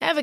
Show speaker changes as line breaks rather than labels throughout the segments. Ever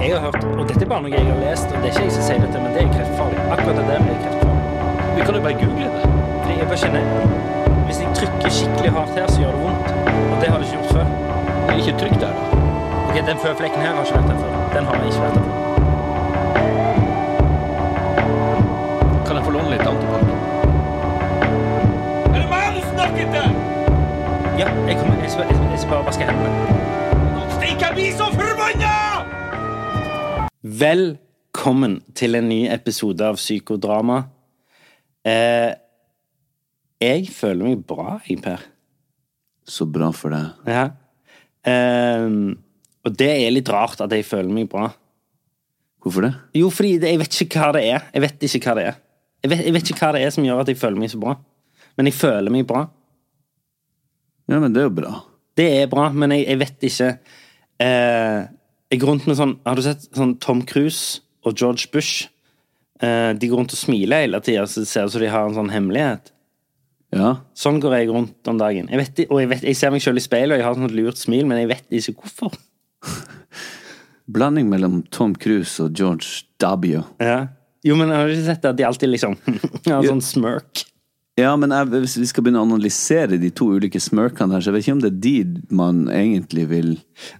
Jeg har hørt, og dette er bare noe jeg har lest, og det er ikke jeg som sier dette, men det er kreftfarlig. Akkurat det der blir kreftfarlig.
Vi kan jo bare google det.
Fordi jeg bare kjenner, hvis jeg trykker skikkelig hardt her, så gjør det vondt. Og det har det ikke gjort før.
Men er Ikke trykk der, da.
Ok, den føflekken her har ikke vært der før. Den har jeg ikke vært der før.
Kan jeg få låne litt antibac? Er det meg du snakker til?
Ja, jeg kommer, jeg skal, jeg skal, jeg skal bare vaske hendene.
Stikk, jeg blir så forbanna!
Velkommen til en ny episode av Psykodrama. Eh, jeg føler meg bra, jeg, Per.
Så bra for deg.
Ja. Eh, og det er litt rart at jeg føler meg bra.
Hvorfor det?
Jo, fordi det, jeg vet ikke hva det er. Jeg vet ikke hva det er. Jeg vet, jeg vet ikke hva det er som gjør at jeg føler meg så bra. Men jeg føler meg bra.
Ja, men det er jo bra.
Det er bra, men jeg, jeg vet ikke eh, Jeg går rundt med sånn Har du sett sånn Tom Cruise og George Bush? Eh, de går rundt og smiler hele tida, så det ser ut som de har en sånn hemmelighet.
Ja.
Sånn går jeg rundt om dagen. Jeg vet, og jeg, vet, jeg ser meg sjøl i speilet, og jeg har sånn et lurt smil, men jeg vet ikke hvorfor.
Blanding mellom Tom Cruise og George W.
Ja. Jo, men har du ikke sett at de alltid liksom har
Jo.
sånn smirk?
Ja, men jeg, hvis vi skal begynne å analysere de to ulike smørkene her, så jeg vet ikke om det er de man egentlig vil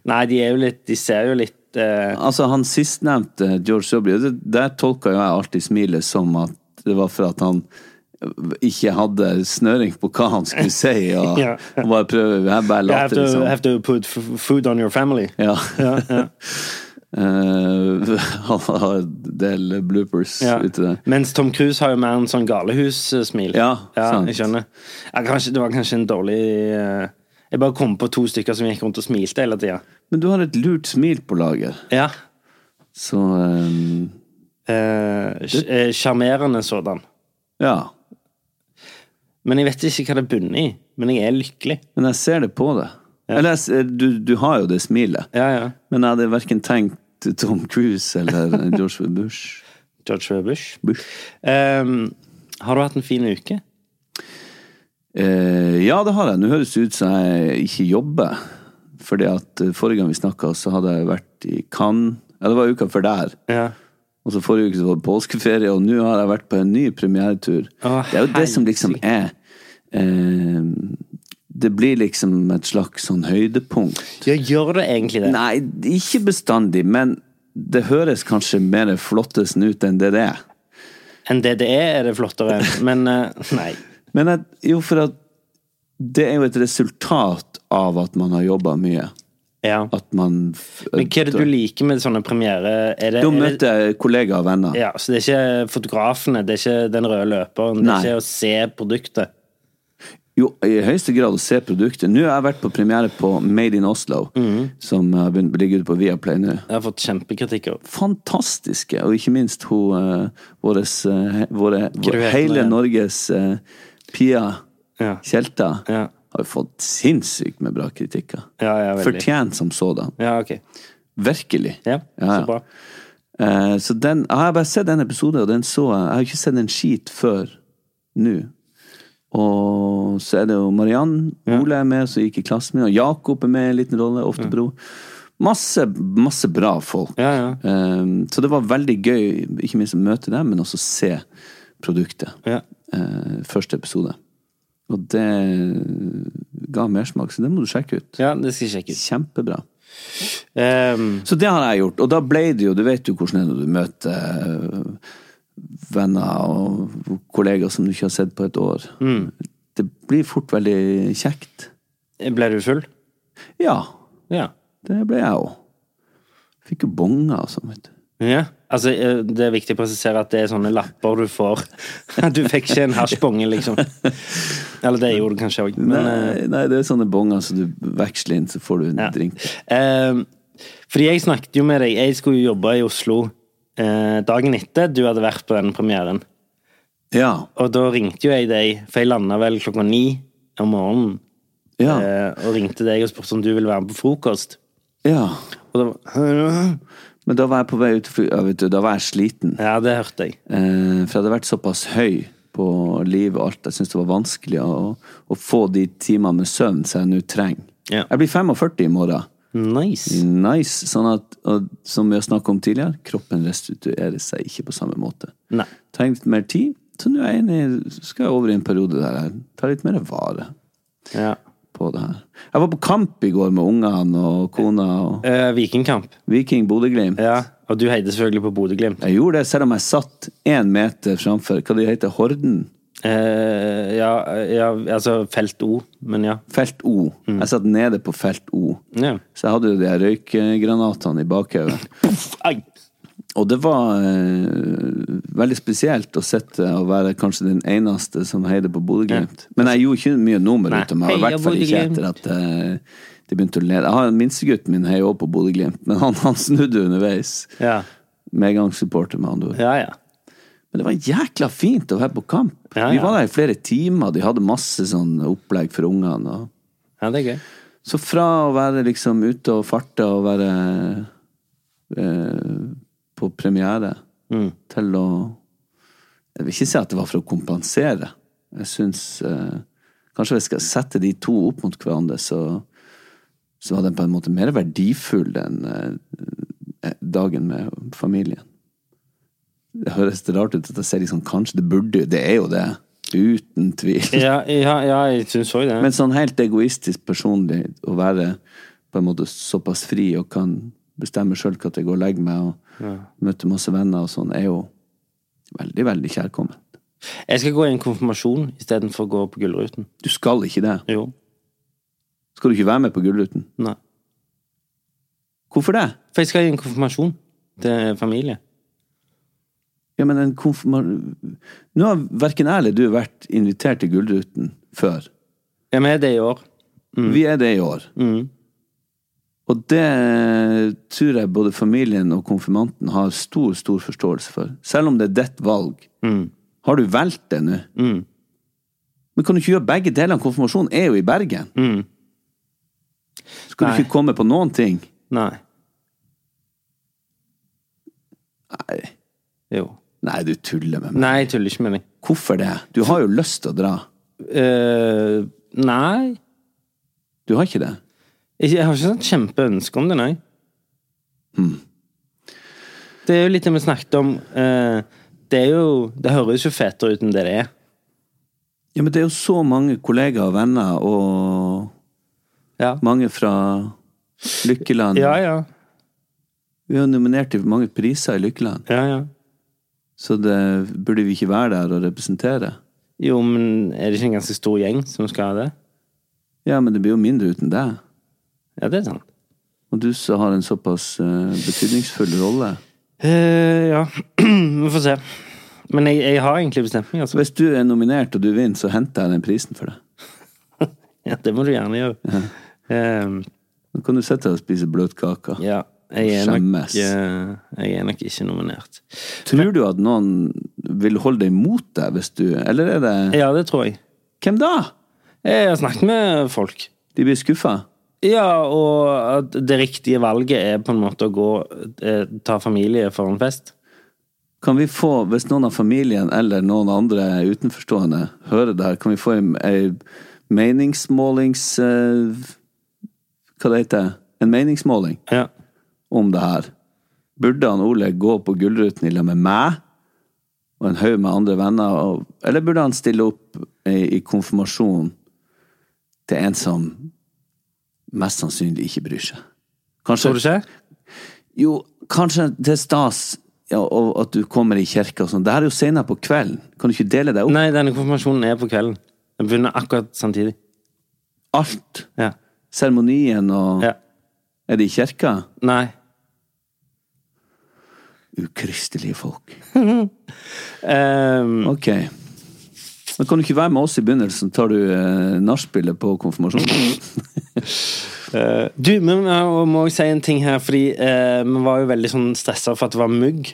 Nei, de er jo litt De ser jo litt eh,
Altså, han sistnevnte, George W., det, der tolka jo jeg alltid smilet som at det var for at han ikke hadde snøring på hva han skulle si, og,
Ja.
og bare prøve Jeg
you
bare
have
later,
to,
liksom.
have to put f- food on your family.
Ja. Eh, han har en del bloopers
Ja.
ute der.
Mens Tom Cruise har jo mer en sånn galehussmil.
Ja, sant.
jeg skjønner. Ja, kanskje, det var kanskje en dårlig eh, Jeg bare kom på to stykker som gikk rundt og smilte hele tida.
Men du har et lurt smil på lager,
Ja.
så eh,
Eh, sj- eh, Sjarmerende sådan.
Ja.
Men jeg vet ikke hva det bunner i. Men jeg er lykkelig.
Men jeg ser det på deg. Eller jeg, ser- du, du har jo det smilet,
Ja, ja.
men jeg hadde verken tenkt Tom Cruise eller George Bush.
George W. Bush.
Bush.
Ehm, har du hatt en fin uke?
Eh, ja, det har jeg. Nå høres det ut som jeg ikke jobber. Fordi at eh, forrige gang vi snakka, så hadde jeg vært i Cannes. Ja, det var uka før der.
Ja.
Og så forrige uke så var det påskeferie, og nå har jeg vært på en ny premieretur.
Å,
det er jo det som liksom er eh, Det blir liksom et slags sånn høydepunkt.
ja, gjør du egentlig det?
Nei, ikke bestandig, men det høres kanskje mer flottesen ut enn det det er.
Enn det det er, er det flottere. Men eh, nei.
Men at, jo, for at det er jo et resultat av at man har jobba mye.
Ja.
At man
Men hva er det du liker med sånne premiere? Er det,
Da
er det,
møter jeg kollegaer og venner.
ja, så det er ikke fotografene, det er ikke den røde løperen, det
Nei.
er ikke å se produktet.
Jo, i høyeste grad å se produktet. Nå har jeg vært på premiere på Made in Oslo,
Mhm.
som har begynt- ligger ute på Viaplay nå.
Jeg har fått kjempekritikker.
Fantastiske, og ikke minst hun eh, våres, eh, våre,
du
vår,
heter
hele
nå
Norges eh, Pia
Ja.
Tjelta
Ja.
har fått sinnssykt med bra kritikker.
Ja, ja, veldig.
Fortjent som sådan.
Ja, ok.
Virkelig.
Ja,
Ja, ja.
så bra.
Eh, så den, jeg har bare sett en episode, og den så jeg. Jeg har ikke sett en skit før nå. Og så er det jo Mariann. Ole er med, som gikk i klassen min. Og Jakob er med i en liten rolle. Ofte bror. Masse, masse bra folk.
Ja, ja.
Ehm, så det var veldig gøy, ikke minst å møte dem, men også se produktet.
Ja.
Ehm, første episode. Og det ga mersmak, så det må du sjekke ut.
Ja, det skal jeg sjekke ut.
Kjempebra.
Ehm,
Så det har jeg gjort, og da ble det jo Du vet jo hvordan det er når du møter øh, venner og kollegaer som du ikke har sett på et år.
Mm.
Det blir fort veldig kjekt.
ble du full?
Ja,
Ja.
det ble jeg òg. Fikk jo bonger og sånn, vet du.
Ja, altså eh, Det er viktig å presisere at det er sånne lapper du får. Du fikk ikke en hasjbonge, liksom. Eller det gjorde du kanskje òg. Men eh,
Nei, nei, det er sånne bonger som du veksler inn, så får du en
Ja.
drink.
Ehm, fordi jeg snakket jo med deg. Jeg skulle jo jobbe i Oslo eh, dagen etter du hadde vært på den premieren.
Ja.
Og da ringte jo jeg deg, for jeg landa vel klokka ni om morgenen.
Ja.
Eh, og ringte deg og spurte om du ville være med på frokost.
ja.
Og da var-
Men da var jeg på vei ut, for- ja, vet du, da var jeg sliten.
Ja, det hørte jeg.
Eh, for jeg hadde vært såpass høy på livet og alt. Jeg syntes det var vanskelig å, å få de timene med søvn som jeg nå trenger.
Ja.
Jeg blir 45 i morgen.
Nice.
Nice. Sånn at, og, som vi har snakket om tidligere, kroppen restituerer seg ikke på samme måte.
Nei.
Trenger litt mer tid. Så nå er jeg inne, i- skal jeg over i en periode der jeg tar litt mer vare
Ja.
på det her. Jeg var på kamp i går med ungene og kona og
Eh, Vikingkamp.
Viking Bodø-Glimt.
Ja. Og du heide selvfølgelig på Bodø-Glimt.
Jeg gjorde det selv om jeg satt én meter framfor hva de heter, Horden.
Eh, ja, ja, altså felt O, men ja.
Felt O.
Mm.
Jeg satt nede på felt O.
ja.
Så jeg hadde jo de her røykgranatene i bakhodet.
Ai.
Og det var eh, veldig spesielt å sitte og være kanskje den eneste som heide på Bodø-Glimt. Men jeg gjorde ikke mye nummer
Nei.
ut av meg, og i
Heia
hvert fall ikke
Bodø/Glimt.
etter at eh, de begynte å lede. Jeg har Minstegutten min heier også på Bodø-Glimt, men han, han snudde underveis.
Ja.
Medgangssupporter, med andre ord.
Ja, ja.
Men det var jækla fint å være på kamp.
Ja, ja.
Vi var der i flere timer, de hadde masse sånn opplegg for ungene. og...
Ja, det er gøy.
Så fra å være liksom ute og farte og være eh, på premiere til å Jeg vil ikke si at det var for å kompensere. Jeg syns eh, Kanskje hvis jeg skal sette de to opp mot hverandre, så, så var den på en måte mer verdifull enn eh, dagen med familien. Det høres det rart ut at jeg sier liksom kanskje. Det burde jo Det er jo det. Uten tvil.
Ja, ja, ja jeg syns òg det.
Men sånn helt egoistisk personlig å være på en måte såpass fri og kan bestemme sjøl hva jeg går og legger meg, og møte masse venner og sånn, er jo veldig, veldig kjærkomment.
jeg skal gå i en konfirmasjon istedenfor å gå på Gullruten.
Du skal ikke det.
Jo.
Skal du ikke være med på Gullruten?
Nei.
Hvorfor det?
For jeg skal i en konfirmasjon til familie.
Ja, men en konfirma... Nå har verken jeg eller du vært invitert til Gullruten før.
Jeg er med det i år. Mm.
Vi er det i år. Og det tror jeg både familien og konfirmanten har stor, stor forståelse for. Selv om det er ditt valg.
Mm.
Har du valgt det nå? Men kan du ikke gjøre begge delene? Konfirmasjonen er jo i Bergen. Skal
Mm. Nei.
du ikke komme på noen ting?
Nei.
Nei,
Jo.
Nei du tuller med meg.
Nei, jeg tuller ikke med deg.
Hvorfor det? Du har jo lyst til å dra.
Eh, nei.
Du har ikke det?
Jeg jeg har ikke sånn kjempeønske om det, nei. Det er jo litt det vi snakket om. eh, det er jo Det høres jo fetere ut enn det det er.
Ja, men det er jo så mange kollegaer og venner, og
Ja.
mange fra Lykkeland.
Ja, ja.
Vi er jo nominert til mange priser i Lykkeland,
ja, ja.
så det burde vi ikke være der og representere.
Jo, men er det ikke en ganske stor gjeng som skal ha det?
Ja, men det blir jo mindre uten deg.
Ja, det er sant.
Og du som har en såpass eh, betydningsfull rolle.
Eh, ja. vi får se. Men jeg, jeg har egentlig bestemt meg,
Så
altså.
hvis du er nominert og du vinner, så henter jeg den prisen for deg.
Ja, det må du gjerne gjøre. Eh,
Nå kan du sitte her og spise bløtkaka.
ja. Jeg er, nok,
Skjemmes.
eh, jeg er nok ikke nominert.
Tror du at noen vil holde deg imot deg hvis du Eller er det
Ja, det tror jeg.
Hvem da?
Jeg har snakket med folk.
De blir skuffa?
Ja, og at det riktige valget er på en måte å gå eh, ta familie for en fest.
Kan vi få, hvis noen av familien eller noen andre utenforstående hører det her, kan vi få en, en meningsmålings... eh, hva det heter En meningsmåling
Ja.
om det her. Burde han Ole gå på Gullruten i lag med meg og en haug med andre venner, og, eller burde han stille opp i, i konfirmasjon til en som mest sannsynlig ikke bryr seg? Kanskje
Tror du ikke?
jo, kanskje det er stas ja, og at du kommer i kirka og sånn. Det her er jo senere på kvelden. Kan du ikke dele deg opp?
Nei, denne konfirmasjonen er på kvelden. Den begynner akkurat samtidig.
Alt.
Ja.
Seremonien og
ja.
Er det i kirka?
Nei.
Ukristelige folk.
Ehm,
Ok. Da kan du ikke være med oss i begynnelsen. Tar du eh, nachspielet på konfirmasjonen?
Eh, du, men jeg må også si en ting her, fordi eh, vi var jo veldig sånn stressa for at det var mugg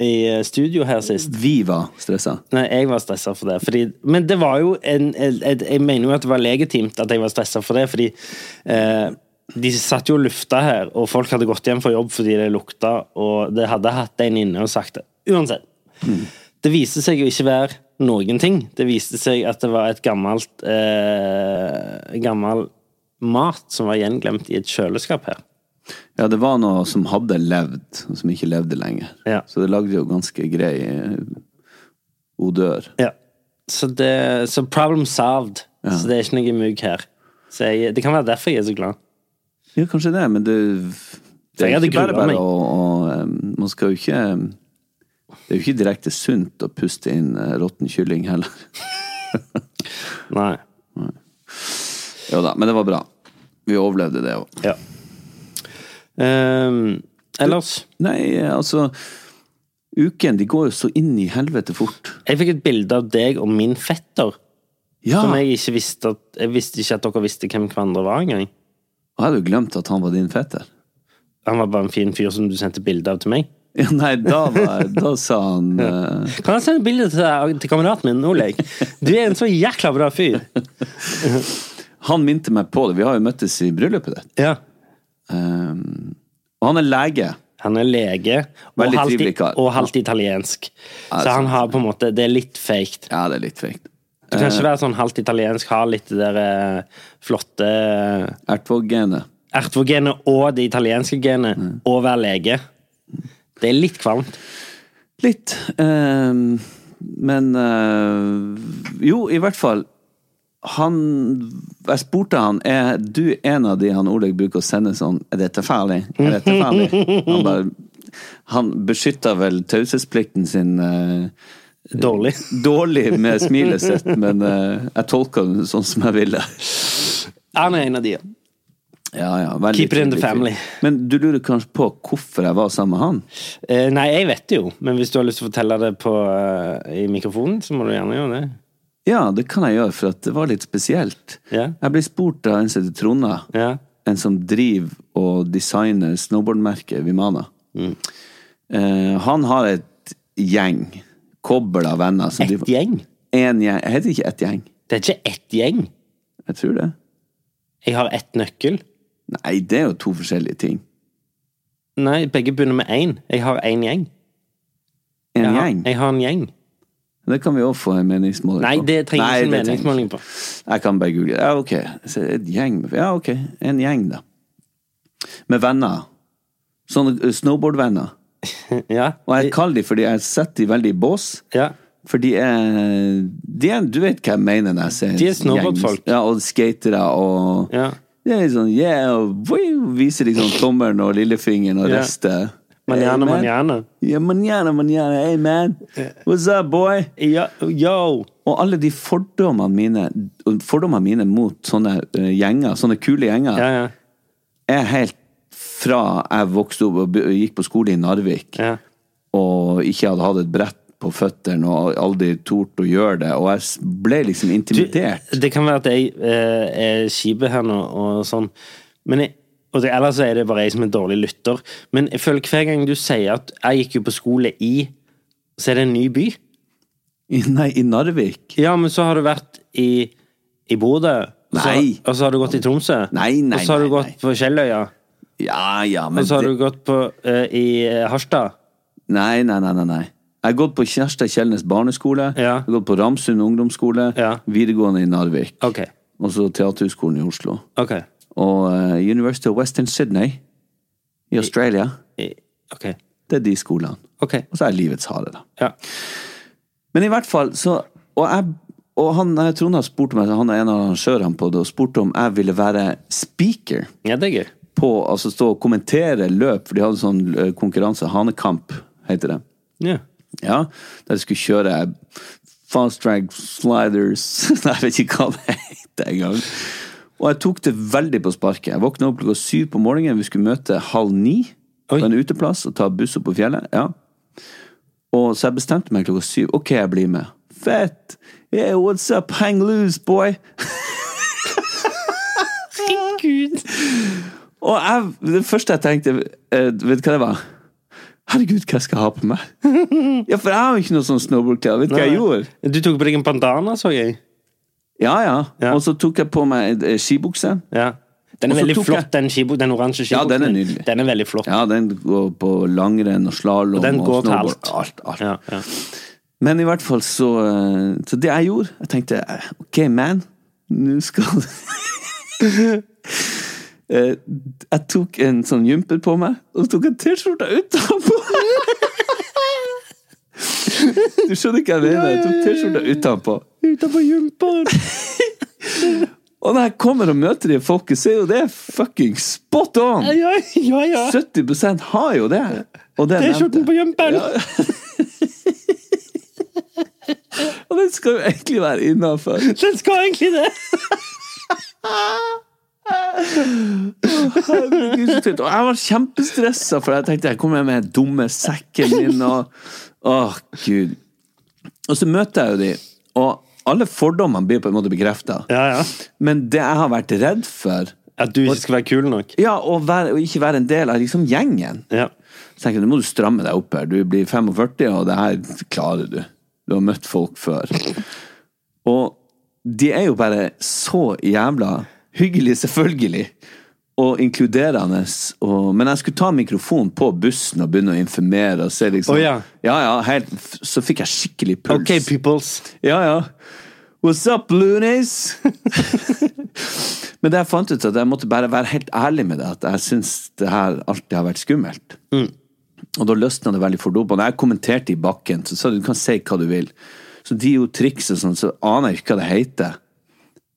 i eh, studio her sist.
Vi var stressa.
Nei, jeg var stressa for det. Fordi, men det var jo en, en, en Jeg mener jo at det var legitimt at jeg var stressa for det, fordi eh, de satt jo og lufta her, og folk hadde gått hjem fra jobb fordi det lukta, og det hadde hatt en inne og sagt det. Uansett. Det viste seg jo ikke være noen ting. Det viste seg at det var et gammelt eh, gammel mat som var gjenglemt i et kjøleskap her.
Ja, det var noe som hadde levd, og som ikke levde lenger.
Ja.
Så det lagde jo ganske grei eh, odør.
Ja. Så, det, så problem solved. Så det er ikke noe mugg her. Så jeg, det kan være derfor jeg er så glad.
Ja, kanskje det, men det, det
Jeg
er
hadde
jo ikke bare
grua meg.
bare å, å eh, Man skal jo ikke Det er jo ikke direkte sunt å puste inn eh, råtten kylling heller.
Nei.
Jo da, men det var bra. Vi overlevde det òg.
Ja. Ehm, ellers
Nei, eh, altså Uken, de går jo så inn i helvete fort.
Jeg fikk et bilde av deg og min fetter.
Ja!
Som
Jeg
jeg ikke visste at, Jeg visste ikke at dere visste hvem hverandre var engang.
hadde jo glemt at han var din fetter.
Han var bare en fin fyr som du sendte bilde av til meg.
Ja, nei, da, var, da sa han eh,
Kan jeg sende bilde til, til kameraten min, Oleg? Du er en så jækla bra fyr.
Han minte meg på det. Vi har jo møttes i bryllupet ditt.
Ja.
Eh, og han er lege.
Han er lege og
Veldig
halvt,
trivelig kar.
og halvt italiensk. Så han har på en måte Det er litt fake.
Ja, det er litt fake.
Du kan ikke være sånn halvt italiensk, ha litt det der eh, flotte eh,
Ertvåg-genet.
Ertvogenet og det italienske genet, og være lege. Det er litt kvalmt.
Litt. ehm, men eh, Jo, i hvert fall. Han Jeg spurte han er du en av de han Oleg bruker å sende sånn Er dette ferdig? Er dette ferdig? Han bare Han beskytta vel taushetsplikten sin eh,
Dårlig.
dårlig med smilet sitt, men eh, jeg tolka den sånn som jeg ville.
Han er en av de.
Ja, ja, veldig
Keep it in the
trivelig fyr.
family.
Men du lurer kanskje på hvorfor jeg var sammen med han?
Eh, nei, jeg vet det jo, men hvis du har lyst til å fortelle det på, eh, i mikrofonen, så må du gjerne gjøre det.
Ja, det kan jeg gjøre, for at det var litt spesielt.
Ja.
Jeg ble spurt av en som heter Trona,
Ja.
en som driver og designer snowboardmerket Vimana.
Mm.
Eh, han har et gjeng, kobbel av venner. som
Et
driver-
gjeng?
En gjeng. Jeg heter ikke ett gjeng.
Det er ikke ett gjeng.
Jeg tror det.
Jeg har ett nøkkel.
Nei, det er jo to forskjellige ting.
Nei, begge begynner med én. Jeg har én gjeng.
En
Jeg har,
gjeng.
jeg har en gjeng.
Det kan vi òg få en meningsmåling
Nei, det trenger ikke
Nei,
en
det trenger
meningsmåling på.
Jeg kan bare google. Ja, ok. Så et gjeng med Ja, ok. En gjeng, da. Med venner. Sånne eh, snowboardvenner.
Ja.
Og jeg kaller de fordi jeg setter de veldig i bås.
ja.
For de er, de er Du vet hva jeg mener når jeg sier
De er snowboardfolk.
gjeng. Ja, og skatere og
Ja.
Det er litt sånn yeah, og voi, viser liksom tommelen og lillefingeren og
Ja.
rister.
Manjana,
man.
manjana.
Yeah, manjana, manjana. Hey, man. What's up, boy?
Ja, yo!
Og alle de fordommene mine Fordommene mine mot sånne eh, gjenger, sånne kule gjenger,
Ja, ja.
er helt fra jeg vokste opp og be- gikk på skole i Narvik
Ja.
og ikke hadde hatt et brett på føttene og aldri tort å gjøre det, og jeg s- ble liksom intimidert.
Det kan være at jeg eh, er skipet her nå, og sånn. Men jeg, og det, ellers er det bare jeg som er en dårlig lytter. Men jeg føler hver gang du sier at 'jeg gikk jo på skole i', så er det en ny by.
I- Nei, i Narvik.
Ja, men så har du vært i, i Bodø. og så-
Nei.
Og så har du gått i Tromsø.
Nei, nei,
Og så har du
nei,
gått på Kjelløya.
Ja, ja, men
Og så har
det,
du gått på, eh, i eh, Harstad.
Nei, nei, nei, nei. nei. Jeg har gått på Kjerstad Kjellnes barneskole,
Ja.
jeg har gått på Ramsund ungdomsskole,
Ja.
videregående i Narvik,
Ok.
og så Teaterhøgskolen i Oslo.
Ok.
Og eh, University of Western Sydney i Australia,
I- Ok.
det er de skolene.
Ok.
Og så er livets harde, da.
Ja.
Men i hvert fall, så Og, jeg, og han, eh, Trond har spurt meg, han er en av arrangørene på det, og spurte om jeg ville være speaker
ja, det er gøy.
på Altså stå og kommentere løp, for de hadde sånn eh, konkurranse, Hanekamp heter det.
Ja.
Ja, der de skulle kjøre fast track sliders Nei, jeg vet ikke hva det heter engang. Og jeg tok det veldig på sparket. Jeg våkna opp klokka syv på morgenen, vi skulle møte halv ni på
Oi.
en uteplass og ta buss opp på fjellet. Ja. Og så jeg bestemte meg klokka syv. Ok, jeg blir med. Fett! Yeah, what's up? Hang loose, boy! Herregud. Og jeg, det første jeg tenkte, eh, vet du hva det var? Herregud, hva skal jeg ha på meg? Ja, for jeg har jo ikke noe sånn snowboardklær. Vet du hva jeg gjorde?
Du tok på deg en bandana, så jeg.
Ja, ja.
Ja.
Og så tok jeg på meg eh, skibukse.
Ja. Den
Og
er
så
veldig
tok
flott, den, skibo, den oransje
Ja,
skibuksen.
den er nydelig.
Den er veldig flott.
Ja, den går på langrenn og slalåm
Og den går til
snowboard.
alt.
alt, alt.
Ja, ja.
Men i hvert fall så eh, Så det jeg gjorde, jeg tenkte eh, OK, man, nå skal Eh, Jeg tok en sånn jumper på meg, og så tok jeg T-skjorta utenpå. Du skjønner ikke hva jeg mener? Jeg tok T-skjorta utenpå.
Utenfor jumper!
Og når jeg kommer og møter de folket, så er jo det fucking spot on!
Ja, ja, ja.
70 har jo det. Og det
T-skjorten
nevnte.
på jumperen! Ja.
Og den skal jo egentlig være innafor.
Den skal egentlig det!
Og jeg var kjempestressa, for jeg tenkte jeg kommer med den dumme sekken min og Åh, gud. Og så møter jeg jo de, og alle fordommene blir på en måte bekrefta.
Ja, ja.
Men det jeg har vært redd for,
At du ikke skal være kul nok.
ja, å, være, å ikke være en del av liksom gjengen
Ja.
Så tenker jeg, nå må du stramme deg opp her. Du blir 45, og det her klarer du. Du har møtt folk før. Og de er jo bare så jævla hyggelige, selvfølgelig, og inkluderende. Og, men jeg skulle ta mikrofonen på bussen og begynne å informere. og se liksom...
Å, ja.
ja, ja, helt, Så fikk jeg skikkelig puls.
Ok, peoples.
Ja, ja. What's up, loonies? Men det jeg fant ut at jeg måtte bare være helt ærlig med det, at jeg syns det her alltid har vært skummelt. Og da løsna det veldig for dopene. Jeg kommenterte i bakken, så sa de du kan si hva du vil. Så de gjorde triks og sånn, så aner jeg ikke hva det heter.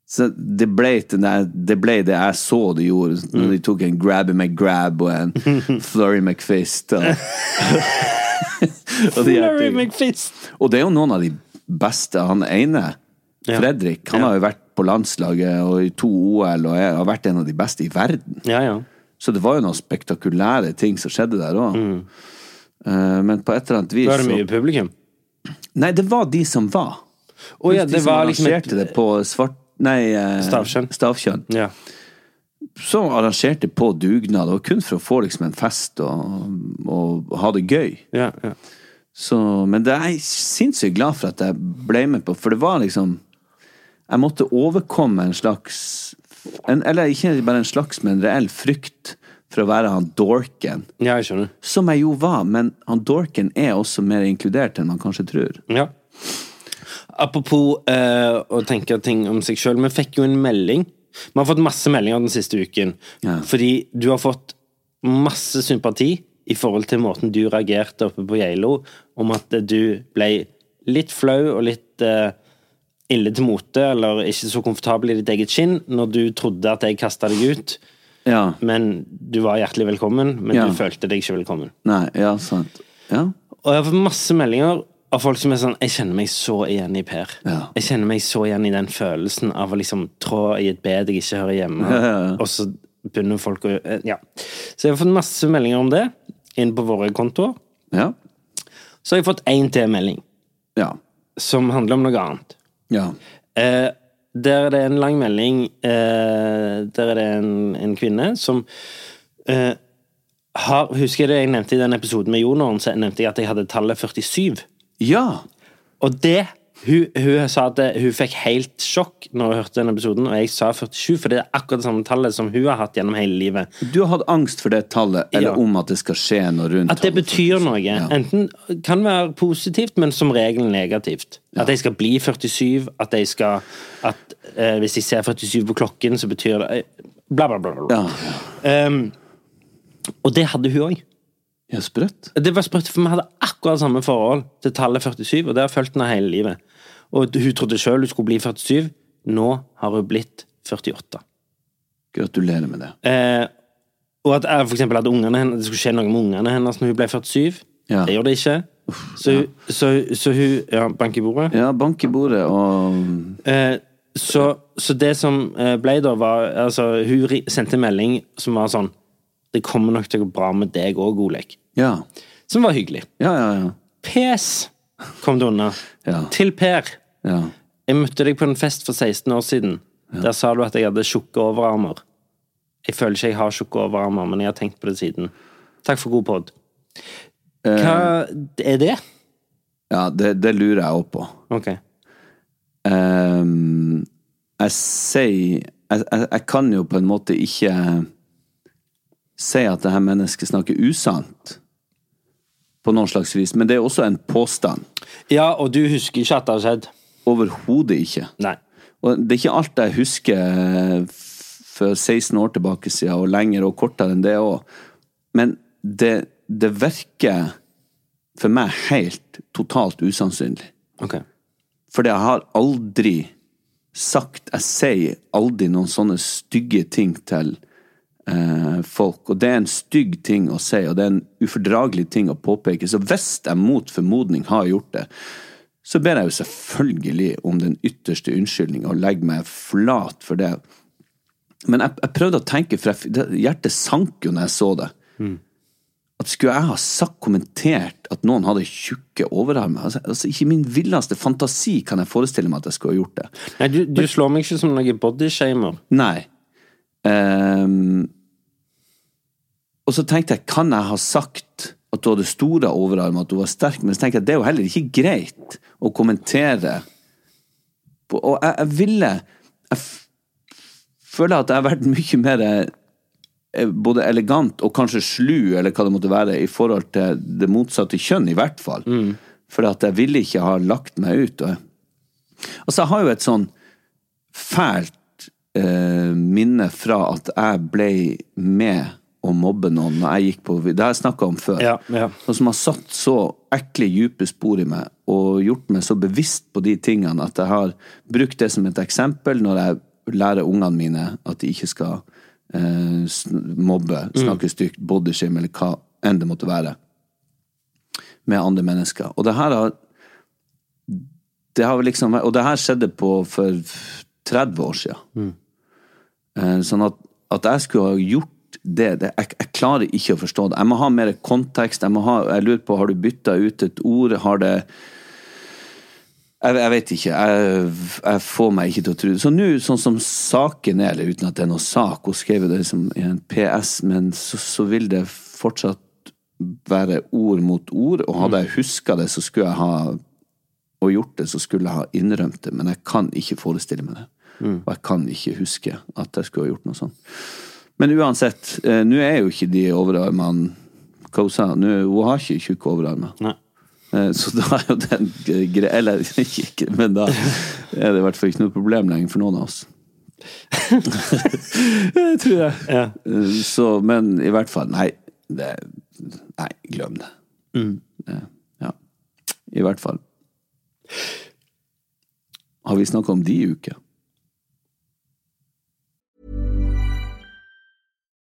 Så det ble, det, der, det, ble det jeg så de gjorde, når de tok en grabby McGrab og en flurry McFist. Og, og de her
Larry
ting.
McFist.
Og det er jo noen av de beste. Han ene,
Ja.
Fredrik, han har jo vært på landslaget og i to OL og er, har vært en av de beste i verden.
Ja, ja.
Så det var jo noen spektakulære ting som skjedde der òg. Men på et eller annet
Mm.
vis
Da er det
så-
mye publikum.
Nei, det var de som var.
Å ja,
de
det
som
var liksom et
arrangerte det på svart... Nei, eh,
Stavkjønn.
Stavkjønn.
ja.
Som arrangerte på dugnad, og kun for å få liksom en fest og, og ha det gøy.
Ja, ja.
Så, men det er jeg sinnssykt glad for at jeg ble med på, for det var liksom Jeg måtte overkomme en slags en, Eller ikke bare en slags, men en reell frykt for å være han dorken.
ja, jeg skjønner.
Som jeg jo var, men han dorken er også mer inkludert enn man kanskje tror.
Ja. Apropos eh, å tenke ting om seg sjøl. Vi fikk jo en melding. Vi har fått masse meldinger den siste uken.
Ja.
Fordi du har fått masse sympati i forhold til måten du reagerte oppe på Geilo, om at du ble litt flau og litt eh, ille til mote, eller ikke så komfortabel i ditt eget skinn, når du trodde at jeg kasta deg ut.
Ja.
Men du var hjertelig velkommen, men
Ja.
du følte deg ikke velkommen.
Nei, ja, sant. Ja.
Og jeg har fått masse meldinger av folk som er sånn Jeg kjenner meg så igjen i Per.
Ja.
Jeg kjenner meg så igjen i den følelsen av å liksom trå i et bed jeg ikke hører hjemme. Og så begynner folk å eh, Ja. Så jeg har fått masse meldinger om det inn på våre kontoer.
Ja.
Så har jeg fått én til melding,
Ja.
som handler om noe annet.
Ja.
Eh, der er det en lang melding eh, Der er det en, en kvinne som eh, har, Husker jeg det jeg nevnte i den episoden med Jonoren, så nevnte jeg at jeg hadde tallet 47.
ja.
Og det Hun, hun sa at hun fikk helt sjokk når hun hørte den episoden, og jeg sa 47, for det er akkurat det samme tallet som hun har hatt gjennom hele livet.
Du har hatt angst for det tallet, eller
Ja.
om at det skal skje noe rundt
At det
tallet,
betyr
faktisk.
noe. Enten kan være positivt, men som regel negativt. At jeg skal bli 47, at jeg skal at, eh, Hvis jeg ser 47 på klokken, så betyr det eh, Bla, bla, bla. bla.
Ja.
Ehm, og det hadde hun òg.
Ja, sprøtt.
Det var sprøtt, for vi hadde akkurat samme forhold til tallet 47, og det har fulgt henne hele livet. Og hun trodde sjøl hun skulle bli 47. Nå har hun blitt 48.
Gratulerer med det.
Eh, og at jeg for eksempel hadde ungene hennes, det skulle skje noe med ungene hennes når hun ble 47.
Ja.
Det gjorde det ikke. Så, hun- så, så hun Ja, bank i bordet.
Ja, bank i bordet og
Eh, så, så det som eh, ble da, var altså, Hun ri- sendte en melding som var sånn Det kommer nok til å gå bra med deg òg, Olek.
Ja.
Som var hyggelig.
Ja, ja, ja.
PS kom det unna.
Ja.
Til Per.
ja.
Jeg møtte deg på en fest for 16 år siden. Der sa du at jeg hadde tjukke overarmer. Jeg føler ikke jeg har tjukke overarmer, men jeg har tenkt på det siden. Takk for god pod.
Eh.
Hva er det?
ja det, det lurer jeg òg på.
Ok.
Ehm, jeg sier jeg, jeg, jeg kan jo på en måte ikke si at det her mennesket snakker usant. På noen slags vis. Men det er også en påstand.
Ja, og du husker ikke at det har skjedd?
Overhodet ikke.
Nei.
Og det er ikke alt jeg husker for 16 år tilbake siden, og lenger og kortere enn det òg. Men det, det virker for meg helt totalt usannsynlig.
Ok.
For jeg har aldri sagt Jeg sier aldri noen sånne stygge ting til eh, folk. Og det er en stygg ting å si, og det er en ufordragelig ting å påpeke. Så hvis jeg mot formodning har gjort det, så ber jeg jo selvfølgelig om den ytterste unnskyldning og legger meg flat for det. Men jeg, jeg prøvde å tenke, for jeg, det, hjertet sank jo når jeg så det. At skulle jeg ha sagt, kommentert at noen hadde tjukke overarmer? Altså, altså, ikke i min villeste fantasi kan jeg forestille meg at jeg skulle ha gjort det.
Nei, du, du slår meg ikke som noen bodyshamer.
Nei. Ehm, og så tenkte jeg, kan jeg ha sagt at du hadde store overarmer, at du var sterk? Men så tenkte jeg, det er jo heller ikke greit å kommentere. på- Og jeg, jeg ville Jeg f føler at jeg har vært mye mer eh, både elegant og kanskje slu, eller hva det måtte være, i forhold til det motsatte kjønn, i hvert fall. For at jeg ville ikke ha lagt meg ut. Og, altså, jeg har jo et sånn fælt eh, minne fra at jeg ble med å mobbe noen når jeg gikk på Det har jeg snakka om før.
Ja, ja.
Og som har satt så ekle, dype spor i meg og gjort meg så bevisst på de tingene at jeg har brukt det som et eksempel når jeg lærer ungene mine at de ikke skal eh, sn- mobbe, snakke stygt, bodyshame eller hva enn det måtte være med andre mennesker. Og det her har det har vel liksom, vært- Og det her skjedde på for 30 år siden. Eh, Sånn at, at jeg skulle ha gjort det, det jeg, jeg klarer ikke å forstå det. Jeg må ha mer kontekst. Jeg, må ha, jeg lurer på, har du bytta ut et ord? Har det jeg, jeg vet ikke. Jeg, jeg får meg ikke til å tro det. Så nå, sånn som saken er, eller uten at det er noen sak, hun skrev jo det liksom i en PS, men så, så vil det fortsatt være ord mot ord, og hadde jeg huska det, så skulle jeg ha og gjort det, så skulle jeg ha innrømt det, men jeg kan ikke forestille meg det. Og jeg kan ikke huske at jeg skulle ha gjort noe sånt. Men uansett, eh, nå er jo ikke de overarmene Hva hun sa nå- Hun har ikke tjukke overarmer.
Nei.
Eh, Så da er jo den greia Eller ikke, gre- men da er det i hvert fall ikke noe problem lenger for noen av oss.
Det tror jeg. Ja.
Eh, Så, men i hvert fall Nei, det, nei glem det. Eh, Ja. I hvert fall. Har vi snakka om de i uke?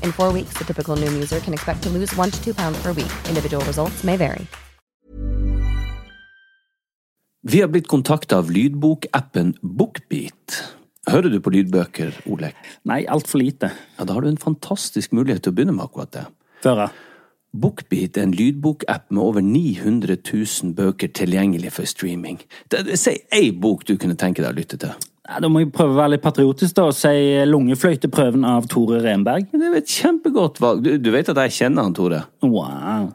In four weeks, the typical Noom user can expect to lose one to two pounds per week. Individual results may vary.
Vi har blitt kontakta av lydbokappen Bookbeat. Hører du på lydbøker, Olek?
Nei, altfor lite.
Ja, Da har du en fantastisk mulighet til å begynne med akkurat det.
Føre.
Bookbeat er en lydbokapp med over 900 000 bøker tilgjengelig for streaming. Si ei bok du kunne tenke deg å lytte til.
Ja, da må jeg prøve å være litt patriotisk da, og si Lungefløyteprøven av Tore Renberg.
Det er et kjempegodt valg. Du, du, vet at jeg kjenner han, Tore?
Wow.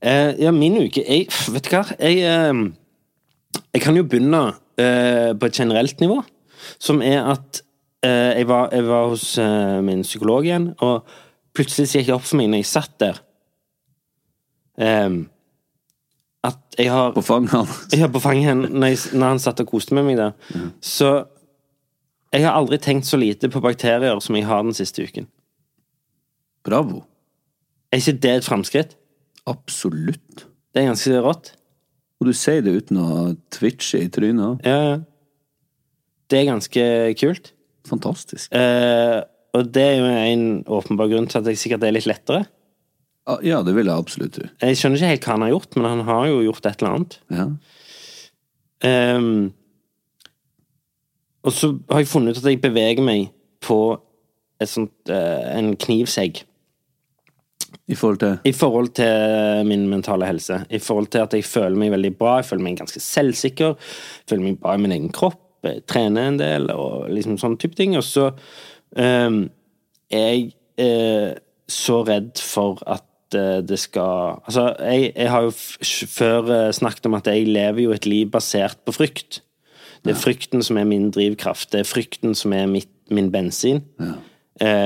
Eh,
ja, min uke jeg, Vet du hva? Jeg, eh, jeg kan jo begynne eh, på et generelt nivå, som er at eh, jeg var, jeg, var, hos eh, min psykolog igjen, og plutselig gikk det opp for meg når jeg satt der um, At jeg har
På fanget hans?
Ja, på fanget hans når, når, han satt og koste med meg der. Mm. Så jeg har aldri tenkt så lite på bakterier som jeg har den siste uken.
Bravo.
Er ikke det et framskritt?
Absolutt.
Det er ganske rått.
Og du sier det uten å twitche i trynet.
Ja, ja. Det er ganske kult.
Fantastisk.
Eh, og det er jo en åpenbar grunn til at jeg sikkert er litt lettere.
Ja, det vil jeg absolutt tro.
Jeg skjønner ikke helt hva han har gjort, men han har jo gjort et eller annet.
Ja.
Eh, og så har jeg funnet ut at jeg beveger meg på sånt, eh, en knivsegg.
I forhold til?
I forhold til min mentale helse. I forhold til at jeg føler meg veldig bra, jeg føler meg ganske selvsikker, jeg føler meg bra i min egen kropp trene en del og liksom sånn type ting. Og så um, er jeg uh, så redd for at uh, det skal Altså, jeg, jeg har jo før uh, snakket om at jeg lever jo et liv basert på frykt. Det er ja. frykten som er min drivkraft. Det er frykten som er mitt, min bensin. Ja.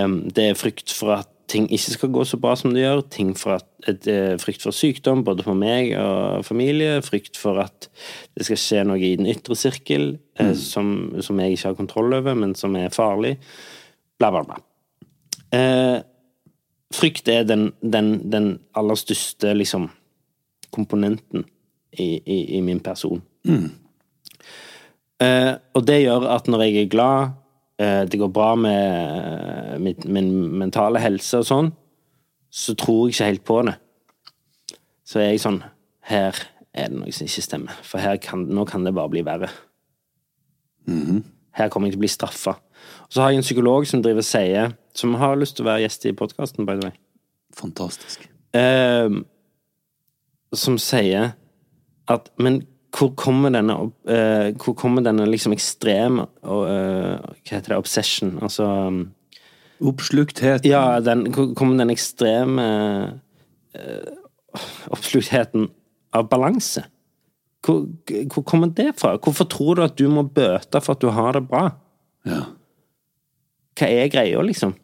Um, det er frykt for at ting ikke skal gå så bra som det gjør. Ting for at, et, et, frykt for sykdom, både for meg og familie. Frykt for at det skal skje noe i den ytre sirkel mm. eh, som, som, jeg ikke har kontroll over, men som er farlig. Bla, bla, bla. Eh, frykt er den, den, den, aller største liksom, komponenten i, i, i min person.
Mm.
Eh, og det gjør at når jeg er glad eh, det går bra med eh, mitt, min mentale helse og sånn, så tror jeg ikke helt på det. Så er jeg sånn Her er det noe som ikke stemmer. For kan, nå kan det bare bli verre.
Mm -hmm.
Her kommer jeg til å bli straffa. Så har jeg en psykolog som driver sier Som har lyst til å være gjest i podkasten, by the way. Ehm,
Fantastisk.
Eh, som sier at Men hvor kommer denne, uh, hvor kommer denne liksom ekstreme og, uh, Hva heter det? Obsession? Altså um,
Oppslukthet.
Ja, den, hvor kommer den ekstreme uh, oppsluktheten av balanse? Hvor, hvor, kommer det fra? Hvorfor tror du at du må bøte for at du har det bra?
Ja.
Hva er greia, liksom?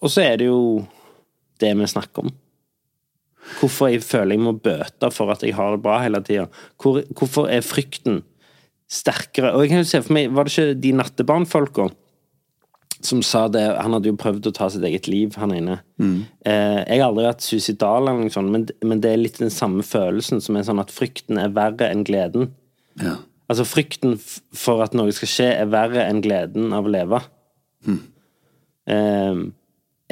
Og så er det jo det vi snakker om. Hvorfor jeg føler jeg må bøte for at jeg har det bra hele tida? Hvor, hvorfor er frykten sterkere? Og jeg kan jo se for meg, Var det ikke de nattebarnfolka som sa det Han hadde jo prøvd å ta sitt eget liv, han ene. Mm. Eh, jeg har aldri vært suicidal, eller noe sånt, men, men, det er litt den samme følelsen som er sånn at frykten er verre enn gleden.
Ja.
Altså frykten for at noe skal skje, er verre enn gleden av å leve.
Mm.
Eh,